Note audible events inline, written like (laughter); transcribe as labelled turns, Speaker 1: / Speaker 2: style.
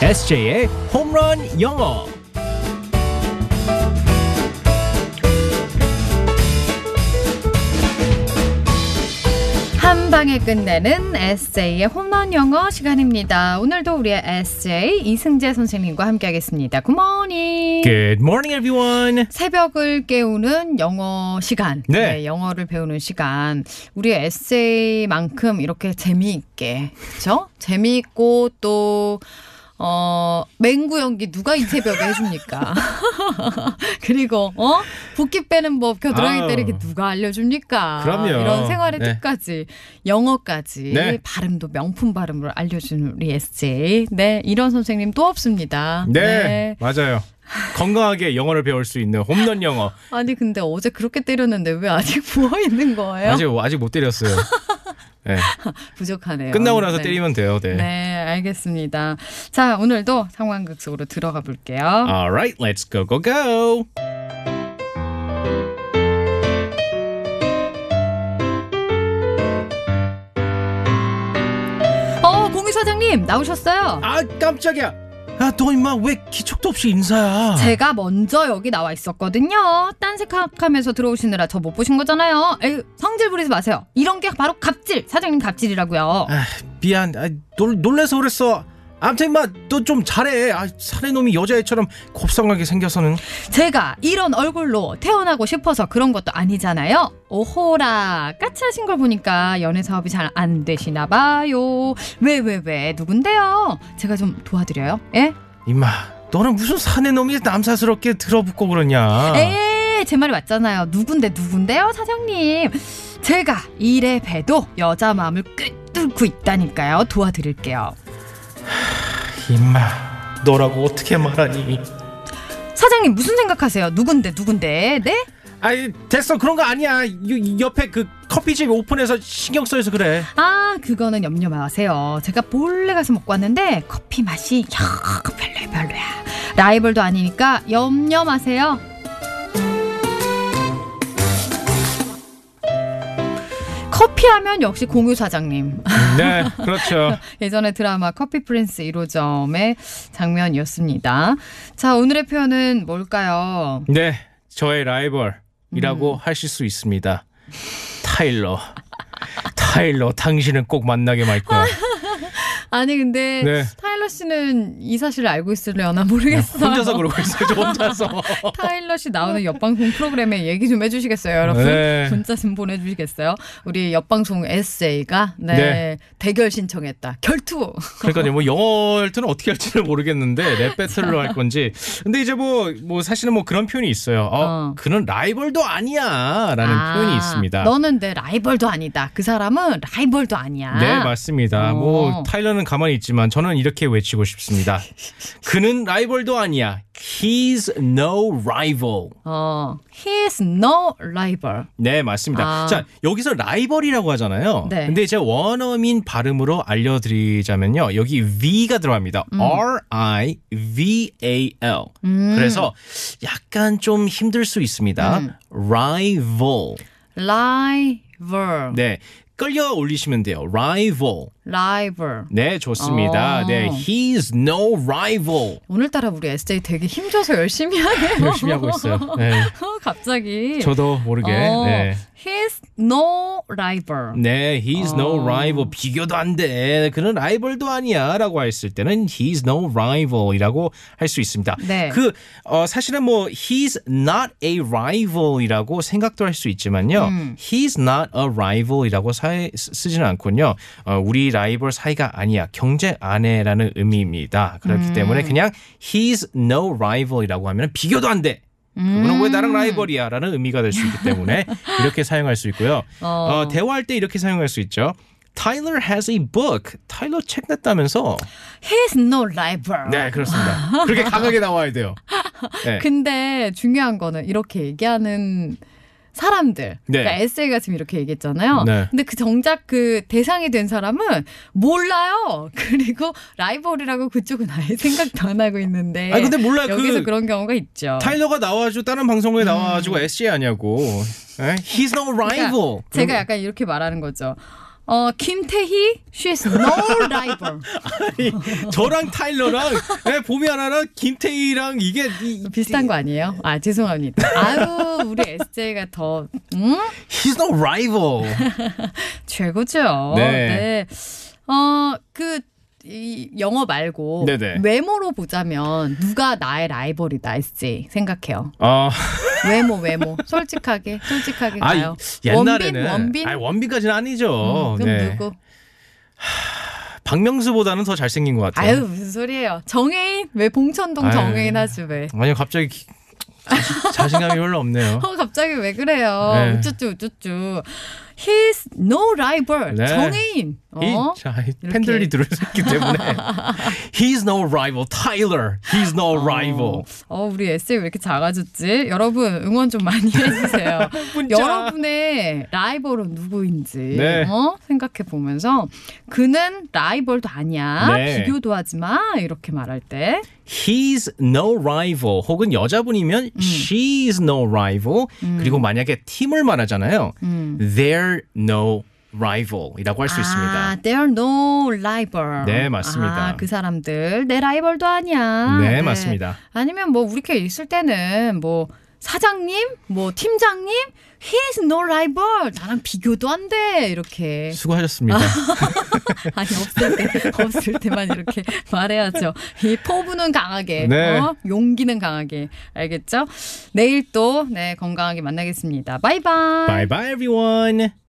Speaker 1: SJ의 홈런 영어.
Speaker 2: 한 방에 끝내는 에세이의 홈런 영어 시간입니다. 오늘도 우리의 에세이 이승재 선생님과 함께하겠습니다. 굿모닝.
Speaker 1: Good morning, everyone.
Speaker 2: 새벽을 깨우는 영어 시간.
Speaker 1: 네.
Speaker 2: 영어를 배우는 시간. 우리 에세이만큼 이렇게 재미있게, 그렇죠? 재미있고 또 어, 맹구 연기 누가 이 새벽에 해줍니까? (laughs) 그리고, 어? 붓기 빼는 법,
Speaker 1: 아우.
Speaker 2: 겨드랑이 때리기 누가 알려줍니까?
Speaker 1: 그럼요.
Speaker 2: 이런 생활의
Speaker 1: 네.
Speaker 2: 끝까지, 영어까지,
Speaker 1: 네.
Speaker 2: 발음도 명품 발음으로 알려주는 우리 SJ. 네, 이런 선생님 또 없습니다.
Speaker 1: 네, 맞아요. 건강하게 영어를 배울 수 있는 홈런 영어.
Speaker 2: 아니 근데 어제 그렇게 때렸는데 왜 아직 (laughs) 부어 있는 거예요?
Speaker 1: 아직 아직 못 때렸어요. 네,
Speaker 2: 부족하네요.
Speaker 1: 끝나고 나서
Speaker 2: 네.
Speaker 1: 때리면 돼요. 네.
Speaker 2: 네, 알겠습니다. 자, 오늘도 상황극 속으로 들어가 볼게요.
Speaker 1: Alright, let's go go go.
Speaker 2: 어, 공유 사장님 나오셨어요.
Speaker 1: 아 깜짝이야. 아너 임마 왜 기척도 없이 인사야?
Speaker 2: 제가 먼저 여기 나와 있었거든요. 딴 생각하면서 들어오시느라 저 못 보신 거잖아요. 에휴, 성질 부리지 마세요. 이런 게 바로 갑질, 사장님 갑질이라고요.
Speaker 1: 아, 미안. 아, 놀, 놀래서 그랬어. 암튼 임마 너 좀 잘해. 아, 사내놈이 여자애처럼 곱상하게 생겨서는.
Speaker 2: 제가 이런 얼굴로 태어나고 싶어서 그런 것도 아니잖아요. 오호라 까칠하신 걸 보니까 연애 사업이 잘 안 되시나 봐요. 왜 왜 왜 누군데요? 제가 좀 도와드려요. 예?
Speaker 1: 임마 너는 무슨 사내놈이 남사스럽게 들어붙고 그러냐.
Speaker 2: 에이 예, 제 말이 맞잖아요. 누군데 누군데요 사장님. 제가 이래 봬도 여자 마음을 꿰뚫고 있다니까요. 도와드릴게요.
Speaker 1: 임마 너라고 어떻게 말하니?
Speaker 2: 사장님 무슨 생각하세요? 누군데 누군데? 네?
Speaker 1: 아이 됐어 그런 거 아니야. 이- 이 옆에 그 커피집 오픈해서 신경 써서 그래.
Speaker 2: 아 그거는 염려 마세요 제가 몰래 가서 먹고 왔는데 커피 맛이 야 별로야 별로야 라이벌도 아니니까 염려 마세요 커피하면 역시 공유 사장님
Speaker 1: (laughs)
Speaker 2: (laughs)
Speaker 1: 네 그렇죠.
Speaker 2: 예전에 드라마 커피 프린스 1호점의 장면이었습니다 자 오늘의 표현은 뭘까요
Speaker 1: 네 저의 라이벌이라고 하실 수 있습니다. 타일러. 타일러 당신은 꼭 만나게 말 거야.
Speaker 2: 아니 근데
Speaker 1: 네.
Speaker 2: 타일러 씨는 이 사실을 알고 있으려나 모르겠어요
Speaker 1: (laughs) 혼자서 그러고 있어요. 저 혼자서.
Speaker 2: 타일러 씨 나오는 옆방송 프로그램에 얘기 좀 해주시겠어요, 여러분?
Speaker 1: (laughs) 네.
Speaker 2: 문자 좀 보내주시겠어요? 우리 옆방송 에세이가 네,
Speaker 1: 네.
Speaker 2: 대결 신청했다. 결투.
Speaker 1: 그러니까요, 뭐 영어를 어떻게 할지는 모르겠는데 랩 배틀로 할 건지. 근데 이제 뭐, 뭐 사실은 뭐 그런 표현이 있어요. 어,
Speaker 2: 어.
Speaker 1: 그는 라이벌도 아니야라는
Speaker 2: 아,
Speaker 1: 표현이 있습니다.
Speaker 2: 너는 내 라이벌도 아니다. 그 사람은 라이벌도 아니야.
Speaker 1: 네, 맞습니다.
Speaker 2: 어.
Speaker 1: 뭐 타일러는 가만히 있지만 저는 이렇게 외치고 싶습니다. 그는 라이벌도 아니야. He's no rival.
Speaker 2: 어, he is no rival.
Speaker 1: 네, 맞습니다.
Speaker 2: 아.
Speaker 1: 자, 여기서 라이벌이라고 하잖아요.
Speaker 2: 네.
Speaker 1: 근데 이제 원어민 발음으로 알려드리자면요. 여기 V가 들어갑니다.
Speaker 2: 음.
Speaker 1: R-I-V-A-L. 그래서 약간 좀 힘들 수 있습니다.
Speaker 2: 음.
Speaker 1: rival.
Speaker 2: rival.
Speaker 1: 네. 끌려 올리시면 돼요. rival.
Speaker 2: rival.
Speaker 1: 네, 좋습니다.
Speaker 2: 어.
Speaker 1: 네. He's no rival.
Speaker 2: 오늘따라 우리 에세이 되게 힘줘서 열심히 하네요.
Speaker 1: (laughs) 열심히 하고 있어요. 네.
Speaker 2: 갑자기.
Speaker 1: 저도 모르게.
Speaker 2: 어,
Speaker 1: 네.
Speaker 2: He is no rival.
Speaker 1: 네, he's
Speaker 2: 어.
Speaker 1: no rival. 비교도 안 돼. 그는 라이벌도 아니야. 라고 했을 때는 he's no rival 이라고 할 수 있습니다.
Speaker 2: 네.
Speaker 1: 그, 어, 사실은 뭐, he's not a rival 이라고 생각도 할 수 있지만요. he's not a rival 이라고 사이, 쓰- 쓰지는 않군요. 어, 우리 라이벌 사이가 아니야. 경쟁 안 해라는 의미입니다. 그렇기 때문에 그냥 he's no rival 이라고 하면 비교도 안 돼. 그분은 왜 나랑 라이벌이야? 라는 의미가 될 수 있기 때문에 이렇게 사용할 수 있고요. 어, 대화할 때 이렇게 사용할 수 있죠. Tyler has a book. 타일러 책 냈다면서.
Speaker 2: He is no rival.
Speaker 1: 네, 그렇습니다. 그렇게 강하게 나와야 돼요. 네.
Speaker 2: 근데 중요한 거는 이렇게 얘기하는 사람들.
Speaker 1: 네.
Speaker 2: 그러니까 에세이가 지금 이렇게 얘기했잖아요.
Speaker 1: 네.
Speaker 2: 근데 그 정작 그 대상이 된 사람은 몰라요. (laughs) 그리고 라이벌이라고 그쪽은 아예 생각도 안 하고 있는데.
Speaker 1: 아 근데 몰라
Speaker 2: 여기서
Speaker 1: 그
Speaker 2: 그... 런 경우가 있죠.
Speaker 1: 타일러가 나와가지고 다른
Speaker 2: 음.
Speaker 1: 방송국에
Speaker 2: 그러니까
Speaker 1: 나와가지고 SJ 아니냐고. 에? He's no rival.
Speaker 2: 제가 약간 이렇게 말하는 거죠. 어, 김태희, she is no (laughs) rival.
Speaker 1: 아니, 음? 저랑 타일러랑 예, 봄이 하나랑 김태희랑 이게 이-
Speaker 2: 비슷한 거 아니에요? 아, 죄송합니다. 아유, 우리 SJ가 더, 음?
Speaker 1: He's no rival.
Speaker 2: 최고죠.
Speaker 1: 네.
Speaker 2: 네. 어, 그, 이 영어 말고
Speaker 1: 네네.
Speaker 2: 외모로 보자면 누가 나의 라이벌이다 SJ 생각해요.
Speaker 1: 어,
Speaker 2: 외모
Speaker 1: (laughs)
Speaker 2: 외모 솔직하게 솔직하게
Speaker 1: 아,
Speaker 2: 가요.
Speaker 1: 이- 옛날에는
Speaker 2: 원빈 원빈
Speaker 1: 아니, 원빈까지는 아니죠.
Speaker 2: 음, 그럼
Speaker 1: 네.
Speaker 2: 누구?
Speaker 1: 박명수보다는 더 잘생긴 것 같아요.
Speaker 2: 아유 무슨 소리예요? 정혜인 왜 봉천동
Speaker 1: 아유.
Speaker 2: 정혜인 하지
Speaker 1: (laughs)
Speaker 2: 왜?
Speaker 1: 아니 갑자기 기- 자신- 자신감이 별로 없네요.
Speaker 2: 어, 갑자기 왜 그래요?
Speaker 1: 네.
Speaker 2: 우쭈쭈 우쭈쭈. He's no rival.
Speaker 1: 네.
Speaker 2: 정혜인.
Speaker 1: 이,
Speaker 2: 어?
Speaker 1: 자, 이 팬들이 들을 수 있기
Speaker 2: (laughs)
Speaker 1: 때문에 He's no rival, Tyler. He's no rival.
Speaker 2: 어, 우리 에세이 왜 이렇게 작아졌지? 여러분 응원 좀 많이 (laughs) 해주세요.
Speaker 1: 문자.
Speaker 2: 여러분의 라이벌은 누구인지
Speaker 1: 네.
Speaker 2: 어? 생각해 보면서 그는 라이벌도 아니야.
Speaker 1: 네.
Speaker 2: 비교도 하지 마. 이렇게 말할 때.
Speaker 1: He's no rival. 혹은 여자분이면 She's no rival. 그리고 만약에 팀을 말하잖아요.
Speaker 2: 음.
Speaker 1: They're no rival이라고 할 수
Speaker 2: 아,
Speaker 1: 있습니다.
Speaker 2: they're no rival.
Speaker 1: 네, 맞습니다.
Speaker 2: 아, 그 사람들 내 라이벌도 아니야.
Speaker 1: 네, 맞습니다.
Speaker 2: 아니면 뭐 우리 이렇게 있을 때는 뭐 사장님, 뭐 팀장님, he's no rival. 나랑 비교도 안 돼. 이렇게.
Speaker 1: 수고하셨습니다.
Speaker 2: (laughs) 아니 없을 때 없을 때만 이렇게 (laughs) 말해야죠. 이 포부는 강하게,
Speaker 1: 네.
Speaker 2: 어? 용기는 강하게. 알겠죠? 내일 또 네, 건강하게 만나겠습니다. 바이바이.
Speaker 1: bye bye everyone.